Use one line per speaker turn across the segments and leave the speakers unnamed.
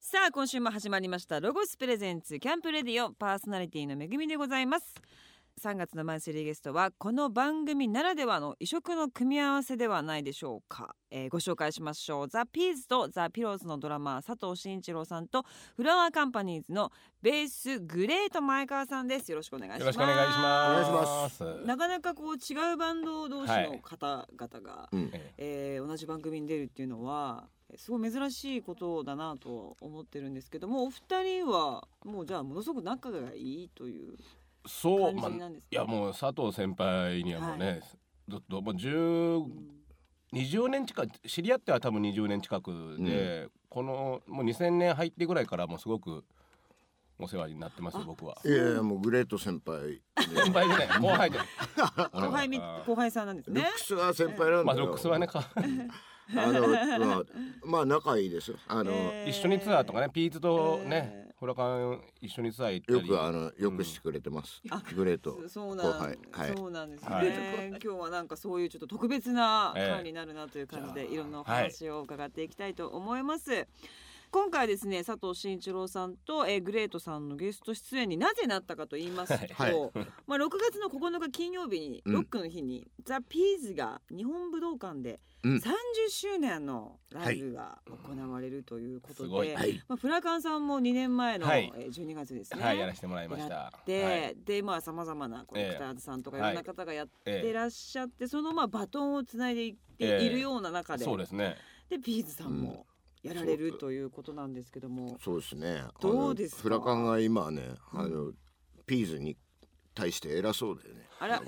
さあ今週も始まりましたロゴスプレゼンツキャンプレディオパーソナリティのめぐみでございます3月のマンスリーゲストはこの番組ならではの異色の組み合わせではないでしょうか、えーご紹介しましょうザ・ピーズとザ・ピローズのドラマー佐藤慎一郎さんとフラワーカンパニーズのベースグレート前川さんですよろしくお願いします
よろしくお願いします。
お願いし
なかなかこう違うバンド同士の方々が、
うん
え
えー同じ番組に出るっていうのはえーすごい珍しいことだなとは思ってるんですけどもお二人はもうじゃあものすごく仲がいいという
そ
感
う、まあ、
じ
い
なんですね。
やもう佐藤先輩にはもうね、
は
ずっともう10
うん、
20年近く知り合っては多分20年近くで、このもう2000年入ってぐらいからもうすごくお世話になってますよ
あ
僕は。
いやいやもうグレート先 輩
先輩じゃ ない後輩で、
後輩み
あー
後輩さんなんです
ル
ね
ッ。クスは先輩なん
まあ
だよ、
ロックスはねか
あのま あ、まあ仲いいですよあの、
えー
一緒にツアーとかねピーズと
え
ね、
ー
フラカン一緒にツアー行った
よ
り
くあのよくしてくれてます、
あ
グレート
そそうなん、
後輩はい
そうなんですね、
はい
今日はなんかそういうちょっと特別な
ええ
回になるなという感じで、
じゃあ
いろんなお話を伺っていきたいと思います。今回ですね佐藤慎一郎さんと、えーグレートさんのゲスト出演になぜなったかと言いますと、
はい
まあ、6月の9日金曜日に
うん
ロックの日に、ザ・ピーズが日本武道館で
うん
30周年のライブが行われるということ
す
で、
ごい
はい
まあ、フラカンさんも2年前の、
はい
えー12月ですね、
はいやらせてもらいました。
で、
はい
でまあさまざまなコレクターズさんとかい
ええ
ろんな方がやっ
え
てらっしゃって、そのまあバトンをつないでいって
ええ
いるような中
え
で、
そうですね。
でビーズさんもやられるということなんですけども、
そうですねあの
どうですか
フラカンが今ねあの、ピーズに対して偉そうだよね
あら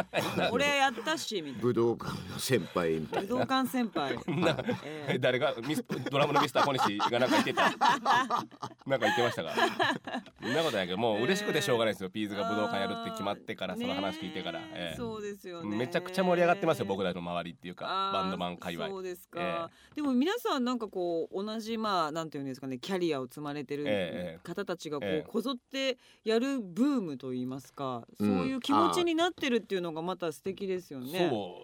俺やったしみたいな
武道館の先輩みた
武
い
道
な
館先 輩、
な
え
え
え
誰がミスドラムのミスター小西がなんか言っ てたなんか言ってましたからそんなことないけどもう嬉しくてしょうがないですよ、ピーズが武道館やるって決まってから
あー
その話聞いてから、
ね
ええ
そうですよね
めちゃくちゃ盛り上がってますよ僕らの周りっていうか
あー
バンドマン界隈
そうですか、
え
でも皆さんなんかこう同じまあなんていうんですかねキャリアを積まれて
え
る方たちがこう
ええ
こぞってやるブームといいますか、
うん
そういう気持ちになってるっていうのがまた素敵ですよね。
そ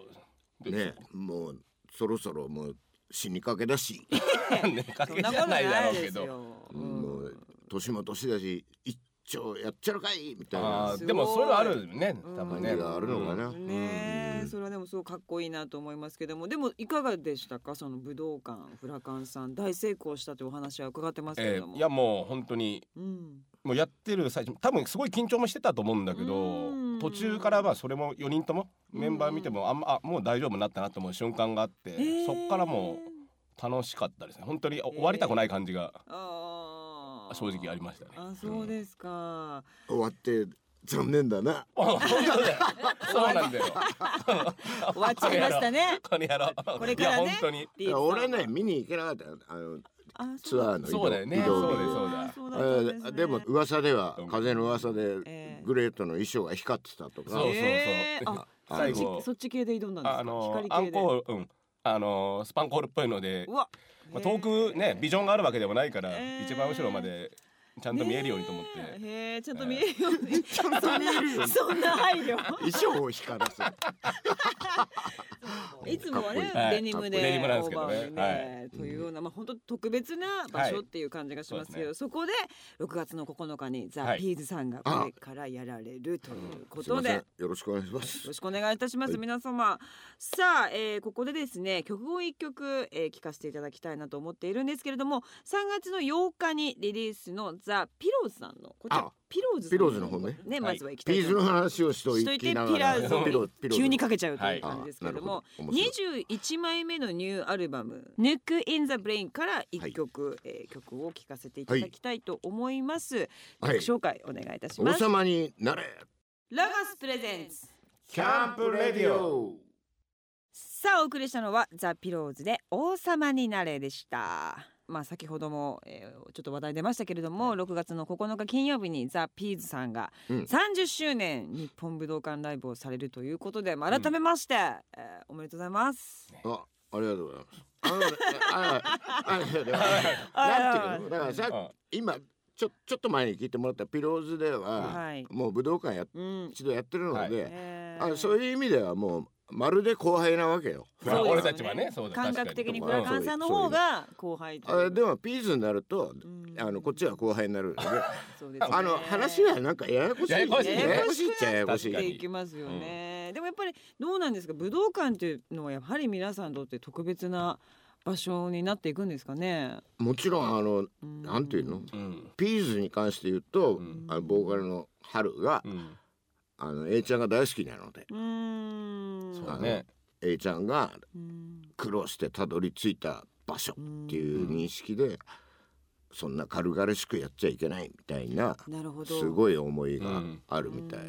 うで
ねもうそろそろもう死にかけだし、
そうねか
そ
け
ん
じ
なこ
ゃ
と
ないだ
ない
ろ
うで
け
す
ど
よ。
もう年も年だし一丁やっちゃるかいみたい
あ
な
ーでもそういうのあるね
うん
多分
感
ね
じがあるのかな、
うんねえ
うん
それはでもすごいかっこいいなと思いますけどもでもいかがでしたかその武道館フラカンさん大成功したというお話は伺ってますけれ
え
ども、
えいやもう本当に
うん、
もうやってる最中多分すごい緊張もしてたと思うんだけど
うん
途中からまあそれも4人ともメンバー見て
う
もあんまあもう大丈夫になったなと思う瞬間があって、そっからも
ええ
う楽しかったですね本当に終わりたくない感じが
あー
正直ありましたね。
あそうですか、
終わって残念だな
うん本当だよそうなんだよ
終わっちゃいました ね
この野郎
これからね
いや本当に
リーチさんは
俺ね見に行けなかったよあの
あそう
ツアーの移動
そうだよね
移動
そ
日
うだよそうだ
あーそうだった
え
んですね
ーでも噂では
うん
風の噂で
ええ
グレートの衣装が光ってたとか、
そうそうそう
えーあ
あ
最
そっ
後
ちそっち系で挑んだんですか
あの
光系
ア
で
ンコールうんあのスパンコールっぽいので
う、わ、
まあ、遠くねビジョンがあるわけでもないから、
えー
一番後ろまでちゃんと見えるようにと思って、
ねえへえちゃんと見えるよう にそんなそんな配慮
衣装を光らせる
いつもはね
かっこいい
デニムで
はいデニムなんですけどね
オーバーにねというようなまあ本当特別な場所っていう感じがしますけ
は
どそこで6月の9日にザ
は・い
ピーズさんがこれからやられるということ
すいま
で
せんよろしくお願いしま
よ
す
ろしくお願いいたします、
はい
皆様さあ、えーここでですね曲を一曲、えー聴かせていただきたいなと思っているんですけれども3月の8日にリリースのザ・ピローズさんのこちら
あ
ピローズさん
ピローズの方ね
ね
はい
まずは行きた
ピ
い
ー
と
ズ
思いま
の
す
話をしと
しとい
い
て
きながら
ピラーズを
ピロピロ
急にかけちゃうと
はいいう
感じですけれど
あ
も、
なるほど面
21枚目のニューアルバム「ヌック・イン・ザ・ブレイン」から一曲、えー曲を聴かせていただきたいと思います、
はい
曲紹介お願いいたしま
王
す、
様になれ
ラガスプレゼンツ
キャンプレディオ
さあお送りしたのはザ・ピローズで王様になれでしたまあ先ほども、えーちょっと話題出ましたけれども、6月の9日金曜日にザ・ピーズさんが
うん
30周年日本武道館ライブをされるということで、まあ改めまして、えーおめでとうございます。
あありがとうございますあのねあああなんていうのだから
う
さ
ん
今ちょちょっと前に聞いてもらったピローズでは、
はい
もう武道館や
うん、
一度やってるので、
え
あそう
う
いう意味ではもうまるで後輩なわけよ。
まあ
そうで
俺
すよね
たちはねそうだ
感覚的に村上さんの方が後輩と
あ
いう
でもピーズになる
う
と、
ん
あのこっちが後輩になるよね。
そうですね
あの話がなんかややこしい。
ややこしいね
ややこしいっちゃややこしい。
確か
て
に
いきますよね、でもやっぱりどうなんですか武道館っていうのはやはり皆さんにとって特別な場所になっていくんですかね、
もちろんあの
うん
なんていうの、
うん
ピーズに関して言うと、
うん
あのボーカルの春が、
うん
あの A ちゃんが大好きなので、
うーん
そうだね
A ちゃんが
うん
苦労してたどり着いた場所っていう認識で、そんな軽々しくやっちゃいけないみたいな
なるほど
す
い
ごい思いがあるみたい、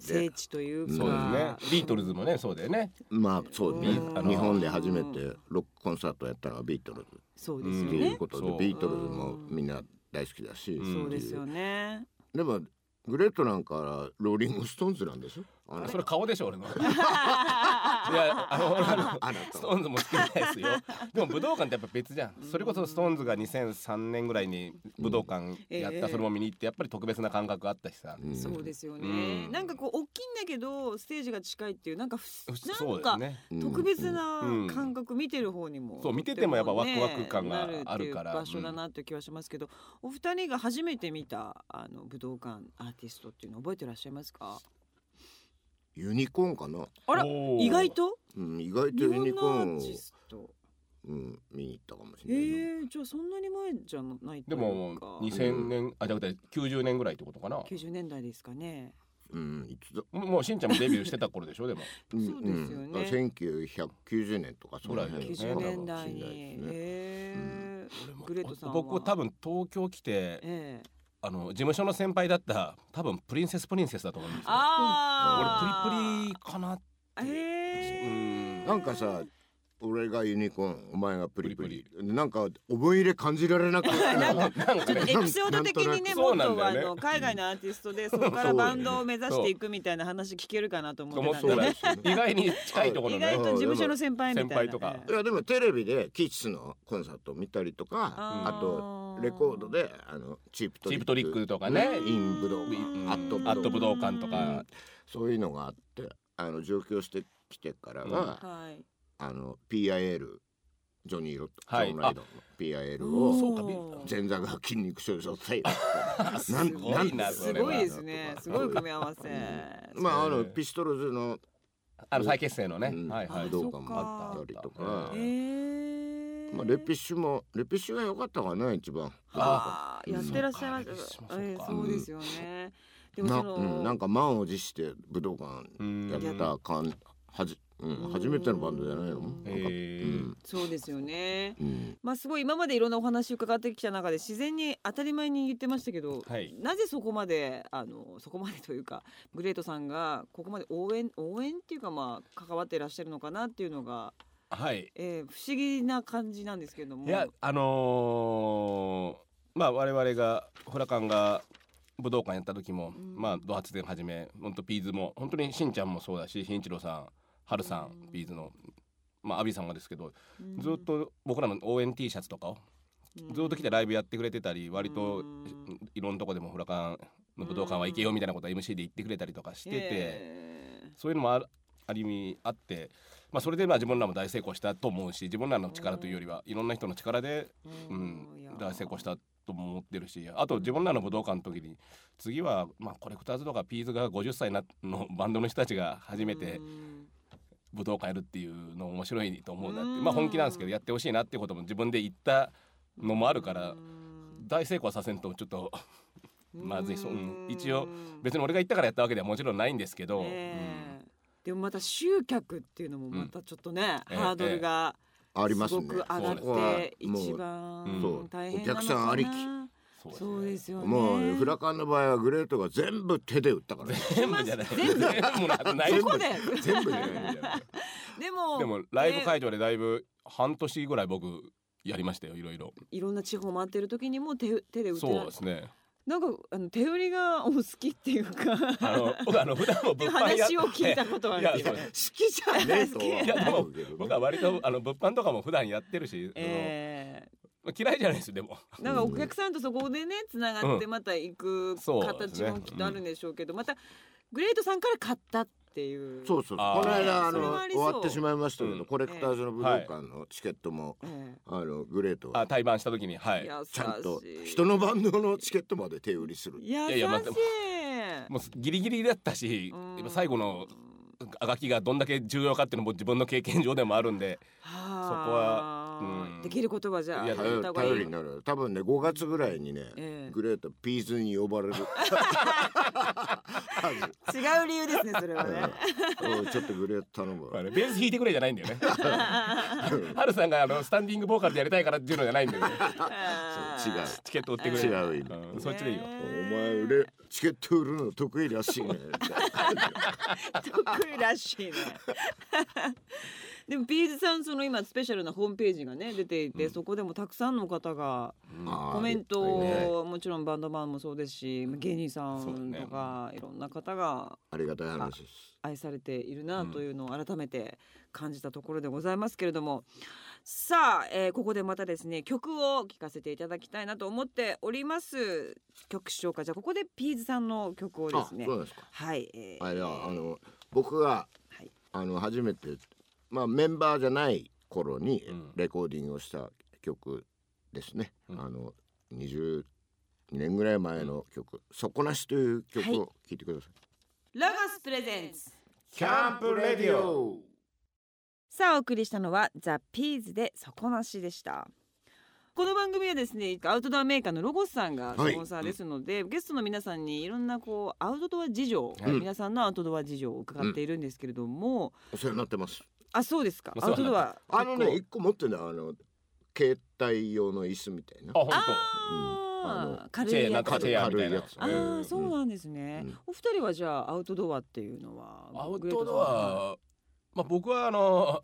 聖地というか
そうですねビートルズもねそうだよね
まあそうね
うんあの
日本で初めてロックコンサートやったのはビートルズ
そうですよ
っていう
ね、
ことで、
そう
ビートルズもみんな大好きだし、
うん
そうですよね
でもグレートなんかローリングストーンズなんでしょあなた
それ顔でしょ俺のい やあの俺あの
あなた
ストーンズも好きじゃない ですよでも武道館ってやっぱ別じゃんそれこそストーンズが2003年ぐらいに武道館やっ
ええ
たそれも見に行ってやっぱり特別な感覚あったしさ
う ん
そうですよね、
うん
なんかこう大きいんだけどステージが近いっていうなんかふ
そ
な
うんです
か
ね
特別な
うん
感覚見てる方にも、
そう見ててもやっぱワクワク感があるから
なっていう場所だなっていう気はしますけど、お二人が初めて見たあの武道館アーティストっていうの覚えてらっしゃいますか
ユニコーンかな、
あら
おー
意外と
うん、意外と
日
ユニ
本
コ
のア
ーン
ー
を
テ、ィスト
うん、見に行ったかもし
え
れないな、
ー、じゃあそんなに前じゃないと
で
い
も
うか
2000年あじゃなくて90年ぐらいってことかな
90年代ですかね
うんいつだ
もうしんちゃんもデビューしてた頃でしょでも
ん
そうですよね
うん、1990年とかその辺
ぐらいだ
90
よね
年代に、
かもしれないですね
えーグレートさんは
僕多分東京来て
ええ
あの事務所の先輩だった多分プリンセスプリンセスだと思うんですよ
ああ
俺プリプリかな
ええ
うん
なんかさ俺がユニコーンお前がプリプリ
プ
なんか思い入れ感じられなくな
なんか
なん
ちょっと
かね
エピソード的にねも
そ
っ
うなん
と
だ
あ
よね
の海外のアーティストでそこからバンドを目指していくみたいな話聞けるかなと思ってたん
と
で
思
ね
っ意外に近いところ
意
のね
外と事務所の先輩みたいな
先輩とか
いやでもテレビでキッスのコンサート見たりとかあとレコードであのチープト
チー
リック
プトリックとかね
イン武道館
うん
アット武道
ア
館
ット武道館と
うん
か
そういうのがあってあの上京してきてからは、
はい
あの PIL ジョニー・ロット、
はい
ジョン・ライドの PIL
おー
を
そうか
前座が筋肉症状態な
すごいな
なん
す
それは
ごいですねすごい組み合わせ
まああのピストルズの
あの再結成のね、
うん
はいはい
武道館もあったりと
あそっ
か
か
え、え
まあ、レピッシュもレピッシュが良かったかな一番
あーや
う
っ
ん
てらっしゃいます
そうか
ええ
そうか
そうですよねでも
な,、
そ
うん、なん
の
か満を持して武道館
うん
やった感はじ、うん、初めてのバンドじゃないの
うん
なんか
え
うん
そうですよね
うん
まあすごい今までいろんなお話伺ってきた中で自然に当たり前に言ってましたけど、
はい
なぜそこまであのそこまでというかグレートさんがここまで応援応援っていうかまあ関わっていらっしゃるのかなっていうのが、
はい
えー、不思議な感じなんですけども
いやあのーまあ我々がホラカンが武道館やった時も、
ん
まあド発電はじめ本当ピーズも本当にしんちゃんもそうだししんいちろうさんはるさん、
うん
ピーズのまあ阿炎様ですけど、
うん
ずっと僕らの応援 T シャツとかをずっと来てライブやってくれてたり割
う
と
ん
いろんなとこでもホラカンの武道館は行けよみたいなことは MC で言ってくれたりとかしてて。
えー
そういうのもあるある意味あって、まあ、それでまあ自分らも大成功したと思うし自分らの力というよりはいろんな人の力で、う
うんいや
ん、大成功したとも思ってるしあと自分らの武道館の時に次は、まあ、コレクターズとかピーズが50歳なのバンドの人たちが初めて
うん
武道館やるっていうの面白いと思うなって、
うん
まあ、本気なんですけどやってほしいなっていうことも自分で言ったのもあるから
うん
大成功はさせんとちょっとまずいそううん一応
うん
別に俺が言ったからやったわけではもちろんないんですけど、
ええでもまた集客っていうのもまたちょっとね、
うん
ハードルが
あり
す
ま
ご
すね
く上がっ
そこは
て一
も
番
う
大変
そ
なの
うお客
か
さん
な
ありき
そうですね
そうですよね
もうフラカンの場合はグレートが全部手で打ったから ね
全部じゃない全部のはずない
そこ で
全部
い
で
やいやいや
でも
でもライブ会場でライブ半年ぐらい僕やりましたよいろいろ
いろんな地方回ってる時にも手手で打て
そう
な
ですね
なんかあの手売りがお好きっていうか
あ の僕あの普段も
ってい
物
う
販や
話を聞いたことはある
いや
けど
そう
好
です
きじゃないです
い
いやでも
思うけどね
僕は割とあの物販とかも普段やってるし、その
え
まあ嫌いじゃないです よでも
えなんかお客さんとそこでねつながって
う
また行く
そうですね
形もきっとあるんでしょうけど、またグレートさんから買ったっっていう。
そうそうそうこ
あー
の間あの
それ
もあり
終
そう
わってしまいましたけど、
うん
コレクターズの武道館のチケットも、
え
あのグレート
あ対バンした時には
え
い
優しい
ちゃんと人のバンドのチケットまで手売りする
優しい。
いや待ってもうギリギリだったし
うん
やっぱ最後のあがきがどんだけ重要かっていうのも自分の経験上でもあるんで
はあ
そこはうん
できることはじゃあ
いや
や
頼
った
り
方がいい
頼りになる多分ね5月ぐらいにね、
ええ
グレートピーズに呼 ばれる
違う理由ですねそれはね。
うんおいちょっとグレート頼む
あ
わ
れベース弾いてくれじゃないんだよねハルさんがあのスタンディングボーカルでやりたいからっていうのじゃないんだよね
そう違う
チケット売ってくれ
違う意味
んそっちでいいよ
ね
お前売れチケット売るの得意らし いね
得意らしいね。 でもビーズさんその今スペシャルなホームページがね出ていて、そこでもたくさんの方がコメント
ね
を、もちろんバンドマンもそうですし芸人さ
そうだ
ん
ね
とか、いろんな方が
ありがたい話です
愛されているなというのを改めて感じたところでございますけれども、さあ、えーここでまたですね曲を聴かせていただきたいなと思っております曲紹介じゃあここでピーズさんの曲をで
あ
す
そう
ね
なんですか
はい、えー
あいやあの僕が
はい
あの初めてまあメンバーじゃない頃に
うん
レコーディングをした曲ですね、
うん
あの22年ぐらい前の曲「底なし」という曲を聴いてください、
ラガスプレゼンツ
キャンプレディオ
さあお送りしたのはザ・ピーズで底なしでしたこの番組はですねアウトドアメーカーのロゴスさんが
はい
スポンサーですので、ゲストの皆さんにいろんなこうアウトドア事情、
はい
皆さんのアウトドア事情を伺っているんですけれども、
お世話になってます
あそうですか
まあ
アウトドア
あのね
結
一個持ってんだあの携帯用の椅子みたいな
あ本
構
うん
あ
あ
ー
当
軽
チェ
い
ーな
や
ん
つ
かチェアみたいな
軽いやつ
あ
う
ー
ん
そうなんですね、
うん
お二人はじゃあアウトドアっていうのは
アウ
グレー
ト
トさん
ドアまあ僕はあの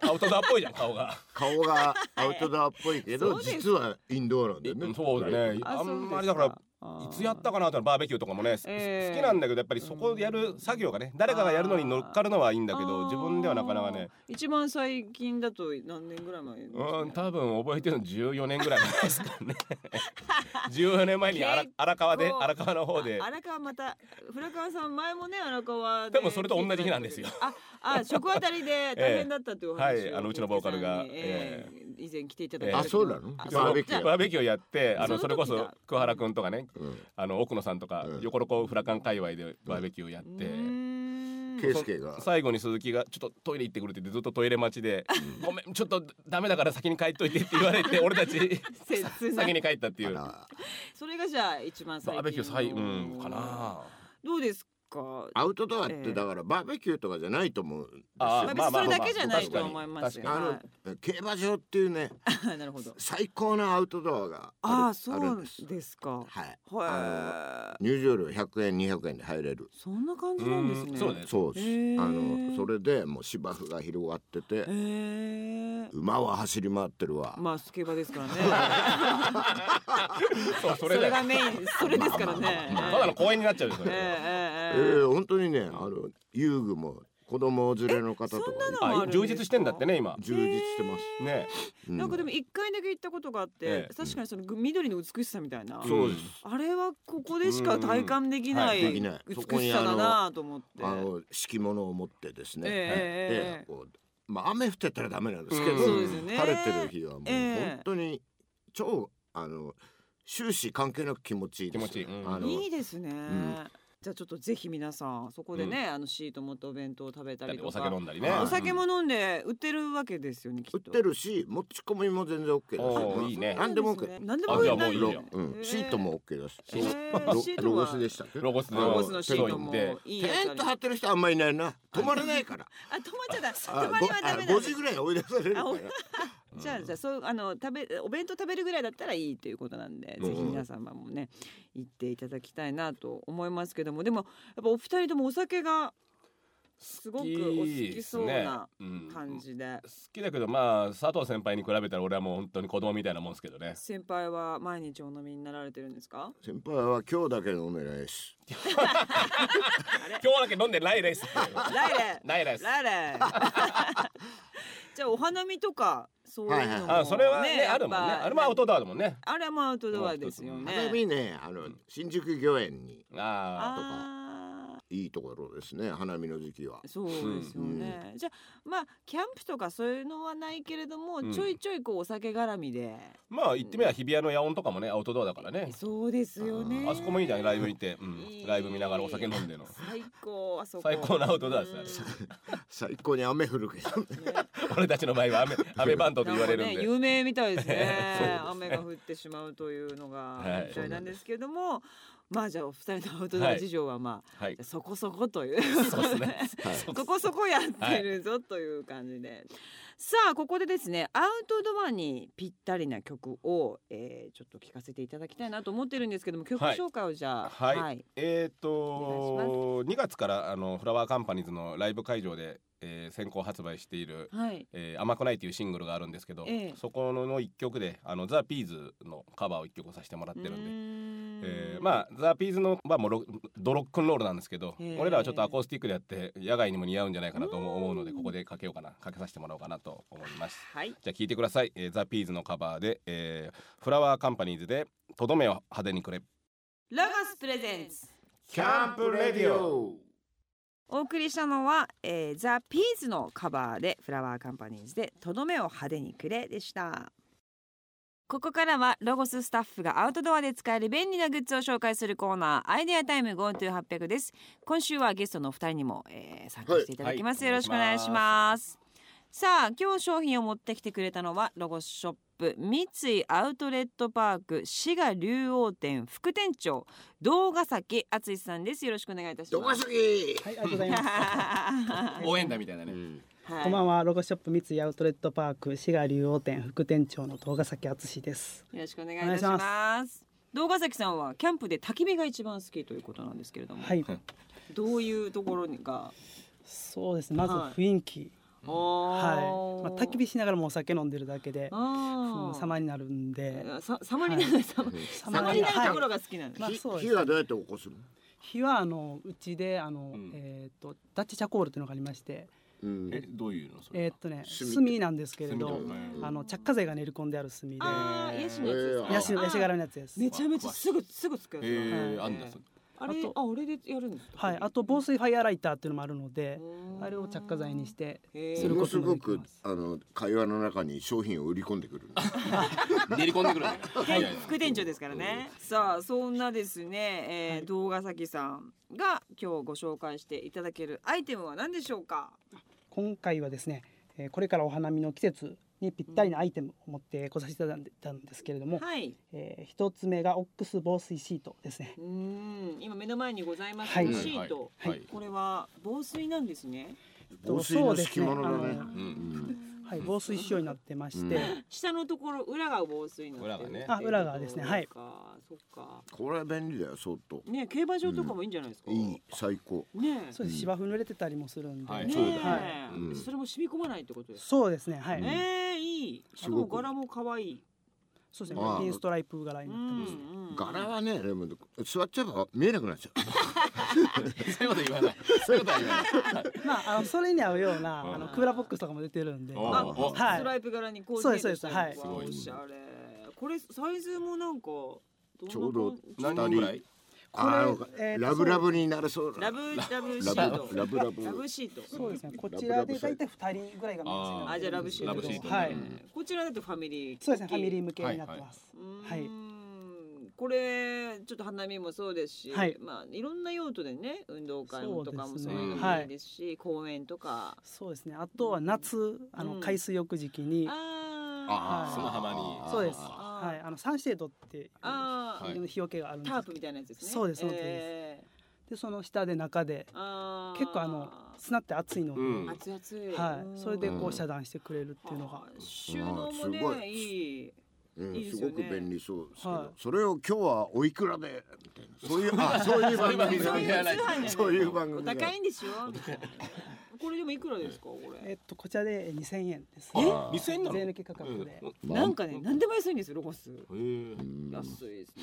アウトドアっぽいじゃん顔が
顔がアウトドアっぽいけど
そうです
実はインドアなんだよね
そうだね
あ
あ
そうんです
まりだから
あー
いつやったかなってバーベキューとかもね、す
ええ
好きなんだけどやっぱりそこでやる作業がね誰かがやるのに乗っかるのはいいんだけ
あ
ど
ー
自分ではなかなかね
一番最近だと何年ぐらい前です
う
かね
ん多分覚えてるの14年ぐらい前ですかね14年前に荒荒川で
結構
荒川の方で
あ荒川また古川さん前もね荒川
でもそれと同じ日なんですよ
ああ食あた りで大変だったというお話を、
はいあのうちのボーカルが
ピンスケさんにええ以前来ていただい
え
た
え
時
あ
そうなの
あ
でも
バーベキュー
じゃあ
バーベキューやってあの
そ
そ
の
れ
時
こ
だ
そ桑原くんとかね
うん
あの奥野さんとか
うん
横横フラカン界隈でバーベキューやっ
う
て。
ーん
圭介が
最後に鈴木が「ちょっとトイレ行ってくれ」って言ってずっとトイレ待ちで「ごめんちょっとダメだから先に帰っといて」って言 われて俺たち
切な
先に帰っ たっていうバ
あら
それがじゃあ一番最近の
ーベキュー最うんかな
どうですか
アウトドアっ
ええ
てだからバーベキューとかじゃないと思うんですよ
あ
まあ
まあまあ
それだけじゃないと
まあ
思いますよ
確
あの、
は
競馬場っていうね
いなるほど
最高のアウトドアがある
ああ
あ
そ
るん
う
です
ですか
はいあ
は
の入場料100円200円で入れる
いそんな感じなんです
う
ね
んそうね
そうです、
へえ
あのそれでもう芝生が広がってて、
えー
馬は走り回ってるわ、
まあスケバですからね
そう そ
そ
れ
れ
だ
が
よ
メインそれですからね
ただの公園になっちゃうよそ
え
れ
え
え
えええ
ー、本当にねあの遊具も子供連れの方とか
そんなのもあ
あ
る
充実してんだってね今
充実してます、
ね
うん
なんかでも一回だけ行ったことがあって、
ええ
確かにその緑の美しさみたいな、
そうです、
あれはここでしか体感できない
うんはいできない
美しさだなと思って、
あの敷物を持ってですね、
ええ
はい
ええ
でこうまあ雨降ってたらダメなんですけど、
うんそうです
よね
晴れてる日はもう
ええ
本当に超、あの終始関係なく気持ちいいです
気
よ
持ちいいうん
あの
いいですね、
ん
じゃあちょっとぜひ皆さんそこでね、あのシート持ってお弁当を食べたりとか
お酒飲んだりね
はい
お酒も飲んで売ってるわけですよねきっと
売ってるし持ち込みも全然 OK
お
だ
ー
し
いいね
何でも OK
何でも OK
あじゃあもういいよ
なんだ
うん
へえ
シートも OK だし
へえ
ロ
シートは
ロゴスでしたっけ
ロゴス
あ
ロ
の
ゴスのシート
行
もい
って
い
テ
やつ
ント張
あ
ってる人あんまいないな泊まれないから
あ止まっちゃった
あ
止まりはダメ
ご
だ
あ5時ぐらい追い出されるから
あおじゃあじゃあそうあの食べお弁当食べるぐらいだったらいいということなんで、
うん
ぜひ皆様もね行っていただきたいなと思いますけどもでもやっぱお二人ともお酒がすごくお好きそうな感
好
じで、
きだけどまあ佐藤先輩に比べたら俺はもう本当に子供みたいなもんですけどね
先輩は毎日お飲みになられてるんですか
先輩は今日だけ飲めないし
今日だけ飲んでないです
ライレ
ない です
ライレじゃあお花見とかそういうのも、
あそれはね
やっ
あ
ぱ
るもんねあれもアウトドアだもんね
あれもアウトドアですよね
花見ねあの新宿御苑に
あ
あー
いいところですね花見の時期は。
そうですよね、じゃあまあキャンプとかそういうのはないけれども、
うん
ちょいちょいこうお酒絡みで
まあ言ってみれば日比谷の野音とかもねアウトドアだからね
そうですよね
あそこもいいじゃんライブ行って、う
いい
ん、ライブ見ながらお酒飲んでの
最高あそこ
最高のアウトドアです
うん
あ
最高に雨降るけどね。
俺たちの場合は雨雨バンドと言われるん
なんか
で
ね、有名みたいですね
そうですね
雨が降ってしまうというの
は
が
い
みたいなんですけども、まあじゃあお二人のアウトドア事情はまあ、
はい
そこそこという
そうですね
はい
ここそこやってるぞという感じで、さあここでですねアウトドアにぴったりな曲を、えー、ちょっと聞かせていただきたいなと思ってるんですけども曲
はい
紹介をじゃあ
はい、
はい
えっ、
お
と2月からあのフラワーカンパニーズのライブ会場で、えー先行発売している
はい
「えー甘くない」というシングルがあるんですけど、
ええ
そこの1曲であのザ・ピーズのカバーを1曲させてもらってるんで。
ん
えーまあザ・ピーズの、まあ、もうロドロックンロールなんですけど、
へー
俺らはちょっとアコースティックでやって野外にも似合うんじゃないかなと思
う
うん思うのでここでかけようかなかけさせてもらおうかなと思います
はい
じゃあ聴いてください、えーザ・ピーズのカバーで、えーフラワーカンパニーズで「とどめを派手にくれ
ラガスプレゼンツ
キャンプレディオ。
お送りしたのは、えー、ザ・ピーズのカバーでフラワーカンパニーズでとどめを派手にくれでしたここからはロゴススタッフがアウトドアで使える便利なグッズを紹介するコーナーアイデアタイム GoTo800 です今週はゲストのお二人にも、えー、参加していただきます、
はい
よろしくお願いしますさあ今日商品を持ってきてくれたのはロゴスショップ三井アウトレットパーク滋賀竜王店副店長動ヶ崎敦さんですよろしくお願いいたし
ど
ま
こ
す
すぎ。
はい、ありがとうござ います。
応援だみたいな
う
ね、
ん
は
こんばんは、ロゴショップ三井アウトレットパーク滋賀竜王店副店長の東ヶ崎敦です。
よろしくお願いいたします
お願いし
動画崎さんはキャンプで焚き火が一番好きということなんですけれども、
はい、
どういうところが、
そうですね。まず
はい
雰囲気、はい、
は
まあ焚き火しながらもお酒飲んでるだけで、
あ
うん様になるんで、
ーさ様になる、 様
様
様になる
はい
ところが好きなの、
まあ
火
そうです
火はどうやって起こすの。
火はあのうちであの、
うん
えっ、とダッチチャコールというのがありまして、
うん
えどういうのそれ
え
は
っ、とね
炭
炭なんですけれ
炭
ど
と、かね
あの着火剤が練り込んである炭で、
あーヤシのやつですか
ヤシ
あ
の
ー
ヤシ柄のやつです。
めちゃめちゃすぐすぐ使うやつ
え
だ
ー、あんだそれ
あれ
あ
あ
と
あれでやるんですか
はい、あと防水ファイアライターっていうのもあるので、
うん
あれを着火剤にして
へー
す
も
るこ
の
と
す
も
ご
でき
く
ます。
あの会話の中に商品を売り込んでくる。
練り込んでくるね
はい、副店長ですからね。さあ、そんなですね、えー
はい
動画先さんが今日ご紹介していただけるアイテムは何でしょうか。
今回はですね、えーこれからお花見の季節にぴったりなアイテムを持ってこさせていただいたんですけれども、
はい。
えー一つ目がオックス防水シートですね
うーん、今目の前にございます
はい
シート。
はいはい
これは防水なんですね。
防水の敷物
そう
だ
です
ね
ねあ。
う
の
ん
はい、防水仕様になってまして、
うん
下のところ裏が防水になってる。
裏がね
あ裏がですねはい
そうか、そっか。
これは便利だよ相当。
ね、競馬場とかもいいんじゃないですか。
いい最高。
ねえ。
そうです芝生濡れてたりもするんで、
はい
ね
そうだ
え、
ね
うん
それも染み込まないってことですか。
そうですねはい、
ねえ、いい。しかも柄も可愛い。
そうですね
あー
ピンストライプ柄になってます、
うんうん
柄はねでも座っちゃえば見えなくなっちゃう。
そういうこと言わないそういうことは言わない
まああのそれに合うような
うん
あのクーラーボックスとかも出てるんで、
お
あ
は
お
ストライプ柄にコーディネートしたりとか
そう
お
です
し
そう
ゃれ。これサイズもなんかどんな感じ
ちょうど
何人ぐらい
これ
あの
えーと
ラブラブになれそう
ラ
だ
ブ
な。
ラブシート。
ラブラブ
ラブシート。
い、そうですねこちらで大体二人ぐらいが目安になってるんですけれども
あじゃあラブシート。
ラブシートね
はい、
うんこちらだとファミリー。
そうですね、ファミリー
ー。
向けになってます。
は
はいい。
これちょっと花見もそうですし、
はい
まあいろんな用途でね、運動会とか
そ
も
うです
そ
ね
ういうのもいいですし、公園とか。
そうですね、あとは夏、あ
うん
の海水浴時期に。
あ
ああ砂浜
あ
に
そうです。
あ
はい、あのサンシェードっていう。
あ、ああ、
はい
日よけがあるんで
ター
す
プみたいなやつですね。
そうですそうです
ええ
で、その下で中で、
あー
結構あの砂って熱いので。
うん
熱々
はい、それでこ
うん
う遮断してくれるっていうのが
は。い収納も
すご
ね
い
いい
うん
いいですすよ
ご
ね
く便利そうですけど、
はい
それを今日はおいくらでみたいなそういうあそういう番組じゃ
そういう通
ない
販じゃ
そう
ない
いう番
お
組じゃな
高い
い
んでしょみたいな これでもいくらですかこ
え
れ
っと、こちらで2000円です。
え
は
二千
い
円なの
税抜き価格で。
なんかね何でも安いんですよロゴス
え
うん
安いですね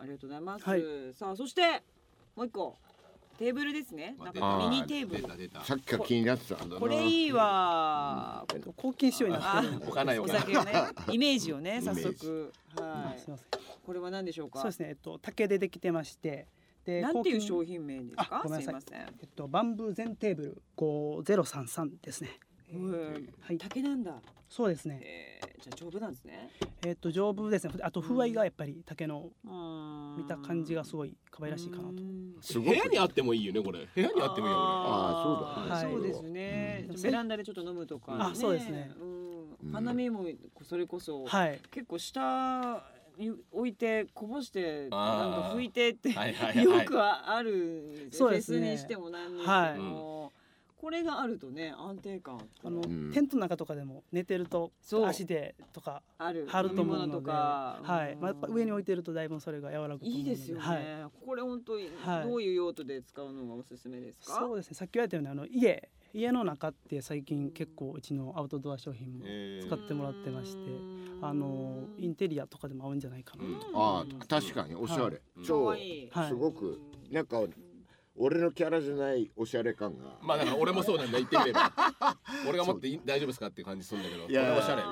ありがとうございます
はい
さあそしてもう一個テーブルですねなんかミニテーブル
出た
さっきから気になってたんだな
これいいわ
えっと抗菌仕様になってるんで。
置かない
お
置かない
酒を ねイメージをね
イメ
早
ージ
速は
あ
い
すみません。
これは何でしょうか
そうですね、えっと、竹でできてまして。で
なんていう商
品、
品名ですか
あごめんな
すい
さい
ません
えっと、バンブー全テーブル5033ですね、えー
うん
はい
竹なんだ
そうですね
えーじゃあ丈夫なんですね
えっと丈夫ですねあと風合いがやっぱり竹の見
見
た感じがす
い
ごい可愛らしいかなと
すご
部
く
屋にあってもいいよねこれ部屋にあってもいいよ
あ
ーそうだね
そ
は
う
い
ですね
う。ん
ベランダでちょっと飲むとか、
あそうですね
う。
うんん
花見もそれこそ
はい
結構下に置いてこぼしてなん
あー
か拭いてって
はいはいはい
よくある
そう
フェ
で
ス
すね
にしても何にしてもこれがあるとね安定感
あの、
うん
テントの中とかでも寝てると
そう
足でとか
ある
張ると思う
飲み
の
物
で
とか、
はいまあ、やっぱ上に置い
て
てるとだいぶそれが柔らかく思うの
いいですよね。
はい、
これ本当に
はい
どういう用途で使うのがおすすめですか？
そうですねさっき言われたようにあの家家の中って最近結構うちのアウトドア商品も
えー
使ってもらってまして、あのインテリアとかでも合うんじゃないかなと、
うん
ああ確かにおしゃれ、
うん
か
超
わいい
はい
すごくなんか俺のキャラじゃないおしゃれ感が、
まあだから俺もそうなんだ言ってみれば俺が持っていい大丈夫ですかっていう感じするんだけどこ
いや
れ
ー
おしゃれ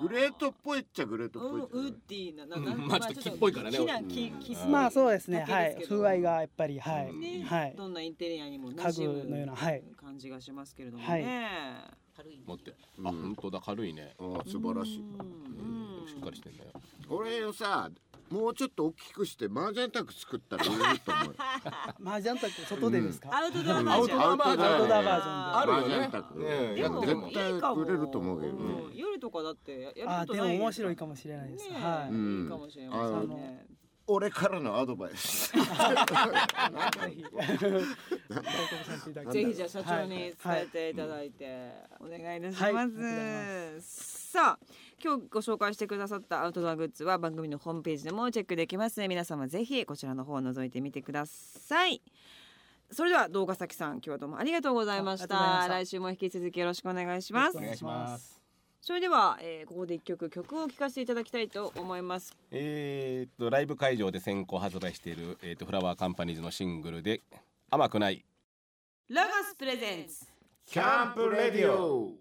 グレートっぽいっちゃグレートっ
うん、ウ
ぽい
ッ
け
ディな、な
うん
な
まあちょっと木っぽいからね
木な
うん
木木
うん
まあそうですね
竹
は
です
い
けど
風合いがやっぱりはい、
ね、
はい
どんなインテリアにも
家
馴
具
染む
のようなはい
感じがしますけれども
は
ね。軽い
持ってあ
ど、うん
本当だ軽いね
ああ素晴らしい
うん
しっかりしてんだよ
これをさもうちょっと大きくして麻雀卓作ったら売れると思うよ
麻雀卓外でですか、
アウトドア
うん
バージョン。
アウトドア
アウトドアバージョン
あるよね
麻雀卓
うん
でも
やっても
いいかも
絶対売れると思うけどね
ん夜とかだってややる
あ
こと
で
ない
も面白い
も
かもしれないです、
ね
はい、
いいかもしれませんね。
俺からのアドバイス
ぜひご報告させていただきます
ぜひじゃあ社長に伝
はい
えていただいて、お願いいたし
はいあ
ま
りが
す、
とうござい
さあ今日ご紹介してくださったアウトドアグッズは番組のホームページでもチェックできますので皆様ぜひこちらの方を覗いてみてくださいそれでは動画先さん今日はどうもありがとうございました
あありがとうございま
来週も引き続きよろしくお願いします
よろしくお願いします
それでは、えー、ここで一曲曲を聴かせていただきたいと思います
えーっとライブ会場で先行発売している、えーっとフラワーカンパニーズのシングルで「甘くない
ラガスプレゼンツ
キャンプレディオ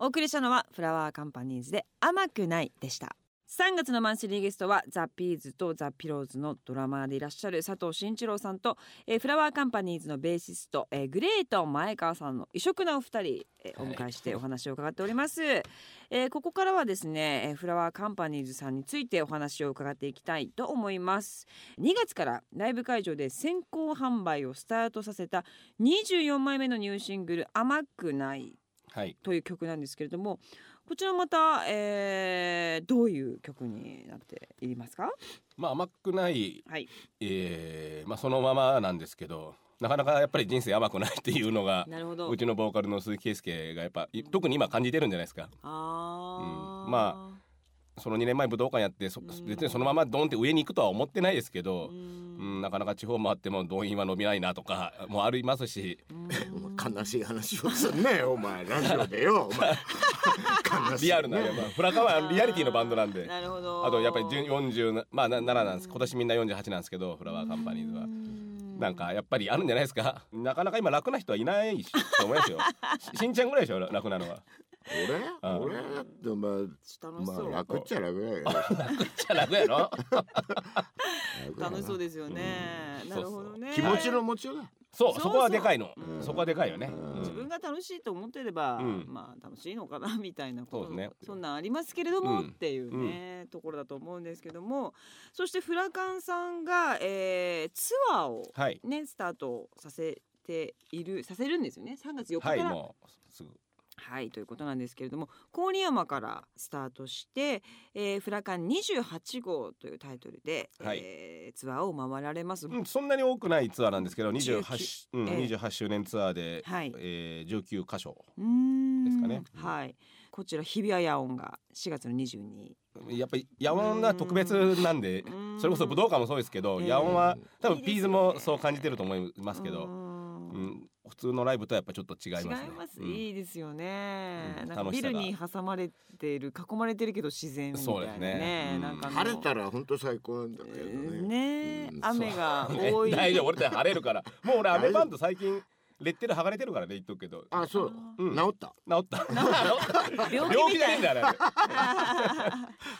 お送りしたのはフラワーカンパニーズで甘くないでした3月のマンスリーゲストはザ・ピーズとザ・ピローズのドラマーでいらっしゃる佐藤慎一郎さんと、えーフラワーカンパニーズのベーシスト、えーグレート前川さんの異色なお二人、えーお迎えしてお話を伺っております、えーここからはですね、えーフラワーカンパニーズさんについてお話を伺っていきたいと思います2月からライブ会場で先行販売をスタートさせた24枚目のニューシングル「甘くない」」
はい
という曲なんですけれどもこちらまた、えー、どういう曲になっていますか
まあ甘くない、
はい
えーまあ、そのままなんですけどなかなかやっぱり人生甘くないっていうのが
なるほど
うちのボーカルの鈴木圭介がやっぱい特に今感じてるんじゃないですか
あー、
うんまその2年前武道館やってそ
うん
別にそのままドンって上に行くとは思ってないですけ
あ
ど、うん、なかなか地方回っても動員は伸びないなとかもありますし
悲しい話をすんねお前ラジオでよお前悲しいね
リアルなやっぱフラカはリアリティのバンドなんで
なるほど
あとやっぱり10 40なまあな7なんです今年みんな48なんですけどフラワーカンパニーズは。なんかやっぱりあるんじゃないですか なかなか今楽な人はいないしと思い ますよししんちゃんぐらいでしょ楽なのは
俺
うん
俺だってま
楽
あ
し
ま
そう、
あ楽っちゃ楽だ よ
じゃあ楽やろ
楽しそうですよね、
うん
なるほどね
気持ちの持ちようだ
そう
そうそう
そこはでかいの
うん
そこはでかいよね、
うん
うん
自分が楽しいと思ってれば、
うん
まあ楽しいのかなみたいなこと
そうですね
そんなんありますけれども、
うん
っていうね、ところだと思うんですけどもそしてフラカンさんが、えーツアーを
はい
ねスタートさせているさせるんですよね3月4日か
はい
ら、はい
もうすぐ
ということなんですけれども郡山からスタートして「えー、フラカン28号」というタイトルで、
はい
えーツアーを回られます。
うん、そんなに多くないツアーなんですけど
19
28,、うん
ええ
28周年ツアーで、
はい
えー、19箇所
うーん
ですかね
はいこちら日比谷野音が4月の22
やっぱり野音が特別なんで
うん
それこそ武道館もそうですけど
ええ
野音は多
い
分
いですね
ピーズもそう感じてると思いますけ
うー
ど、うんん、普通のライブとはやっぱちょっと違いま
違
す
い
ね
ます、
うん
いいですよね、
うん
なんか
楽
ビ
しさ
ル
が
に挟まれてる囲まれてるけど自然みたい
そう
な
です
ね
ねうん
なんかあの
晴れたら本当最高なんだけどね
ね
うん
雨が
ね
多い、
大丈夫俺たち晴れるからもう俺雨バンド最近レッテル剥がれてるからね言っとくけど
あそう
うん
治った
治った治った
病
病
気み
気じ
た
ゃないいんだよあれ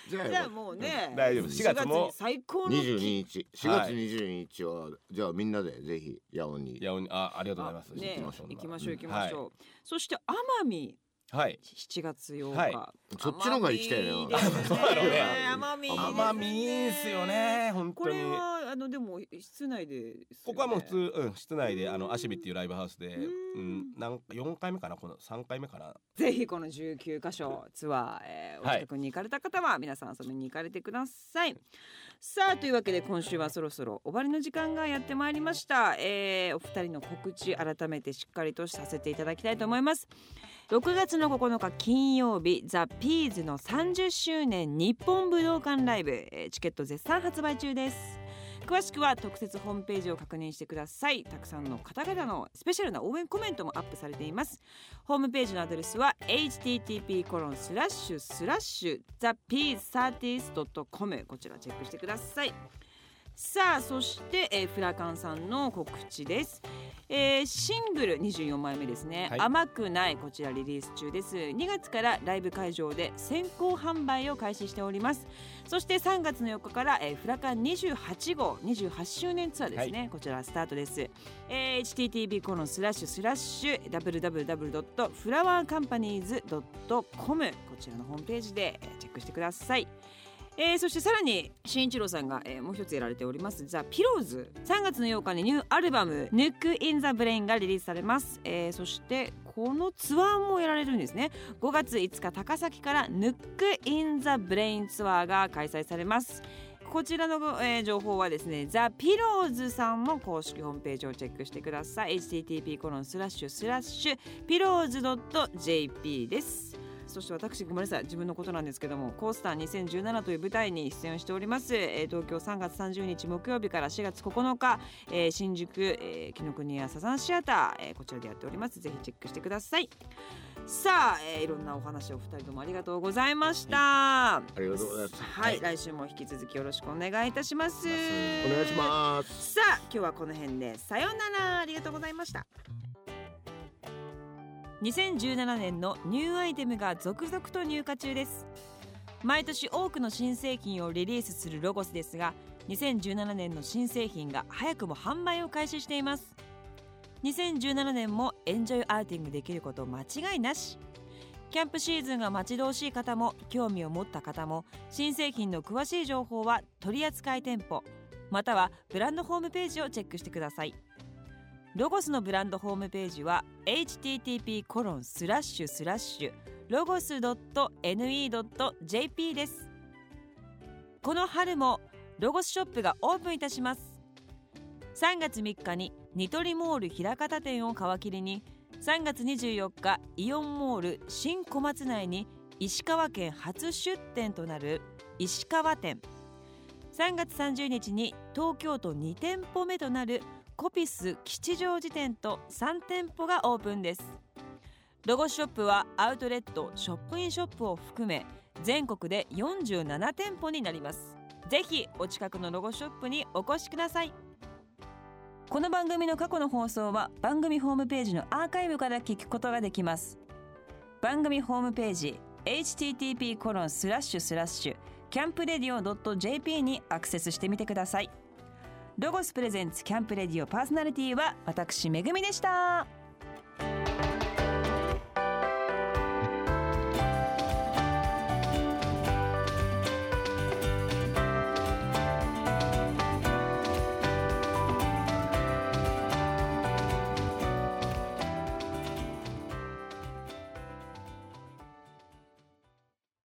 じゃあ
じゃあもうね
うん大丈夫
4月に最高の
22日4月22日は、じゃあみんなでぜひヤオに
いやおにあありがとうございます
ね
行きましょう
行きましょう行きましょうそして奄美
うんはい
7月8日、
はい
そっちの方が行きたいな
奄美ですね
そうだろうね
奄美いいですね
奄美いいんすよね本
こ
当に
れはあのでも室内ですよね
ここはもう普通、うん、室内であのアシビっていうライブハウスで、
う
うんん、なんか4回目かなこの3回目かな
ぜひこの19カ所ツアー、えー、お
はい
近くに行かれた方は皆さん遊びに行かれてください、さあというわけで今週はそろそろ終わりの時間がやってまいりました、えー、お二人の告知改めてしっかりとさせていただきたいと思います6月の9日金曜日ザ・ピーズの30周年日本武道館ライブえーチケット絶賛発売中です詳しくは特設ホームページを確認してくださいたくさんの方々のスペシャルな応援コメントもアップされていますホームページのアドレスは http コロンスラッシュスラッシュ thepeace30s.com こちらチェックしてくださいさあそして、えーフラカンさんの告知です、えーシングル24枚目ですね、
はい
甘くないこちらリリース中です2月からライブ会場で先行販売を開始しておりますそして3月の4日から、えーフラカン28号28周年ツアーですね、こちらスタートですえー http コロンスラッシュスラッシュ www.flowercompanies.com こちらのホームページでえーチェックしてください。えーそしてさらに新一郎さんが、えーもう一つやられておりますザ・ピローズ3月の8日にニューアルバム「ヌック・イン・ザ・ブレイン」がリリースされます、えーそしてこのツアーもやられるんですね5月5日高崎からヌック・イン・ザ・ブレインツアーが開催されますこちらの、えー情報はですねザ・ピローズさんの公式ホームページをチェックしてください http コロンスラッシュスラッシュピローズ .jp ですそして私ごめんなさい自分のことなんですけども「コースター2017」という舞台に出演しております、えー東京3月30日木曜日から4月9日、えー新宿、えー、紀ノ国屋サザンシアター、えーこちらでやっておりますぜひチェックしてくださいさあ、えーいろんなお話をお二人ともありがとうございました、
ありがとうございます
はい、来週も引き続きよろしくお願いいたします
お願いします
すさあ今日はこの辺でさようならありがとうございました2017年のニューアイテムが続々と入荷中です毎年多くの新製品をリリースするロゴスですが2017年の新製品が早くも販売を開始しています2017年もエンジョイアーティングできること間違いなしキャンプシーズンが待ち遠しい方も興味を持った方も新製品の詳しい情報は取扱店舗またはブランドホームページをチェックしてくださいロゴスのブランドホームページは http コロンスラッシュスラッシュロゴス .ne.jp ですこの春もロゴスショップがオープンいたします3月3日にニトリモール枚方店を皮切りに3月24日イオンモール新小松内に石川県初出店となる石川店3月30日に東京都2店舗目となるコピス吉祥寺店と3店舗がオープンですロゴスショップはアウトレットショップインショップを含め全国で47店舗になりますぜひお近くのロゴスショップにお越しくださいこの番組の過去の放送は番組ホームページのアーカイブから聞くことができます番組ホームページ http コロンスラッシュスラッシュキャンプレディオ .jp にアクセスしてみてくださいロゴスプレゼンツキャンプレディオパーソナリティは私めぐみでした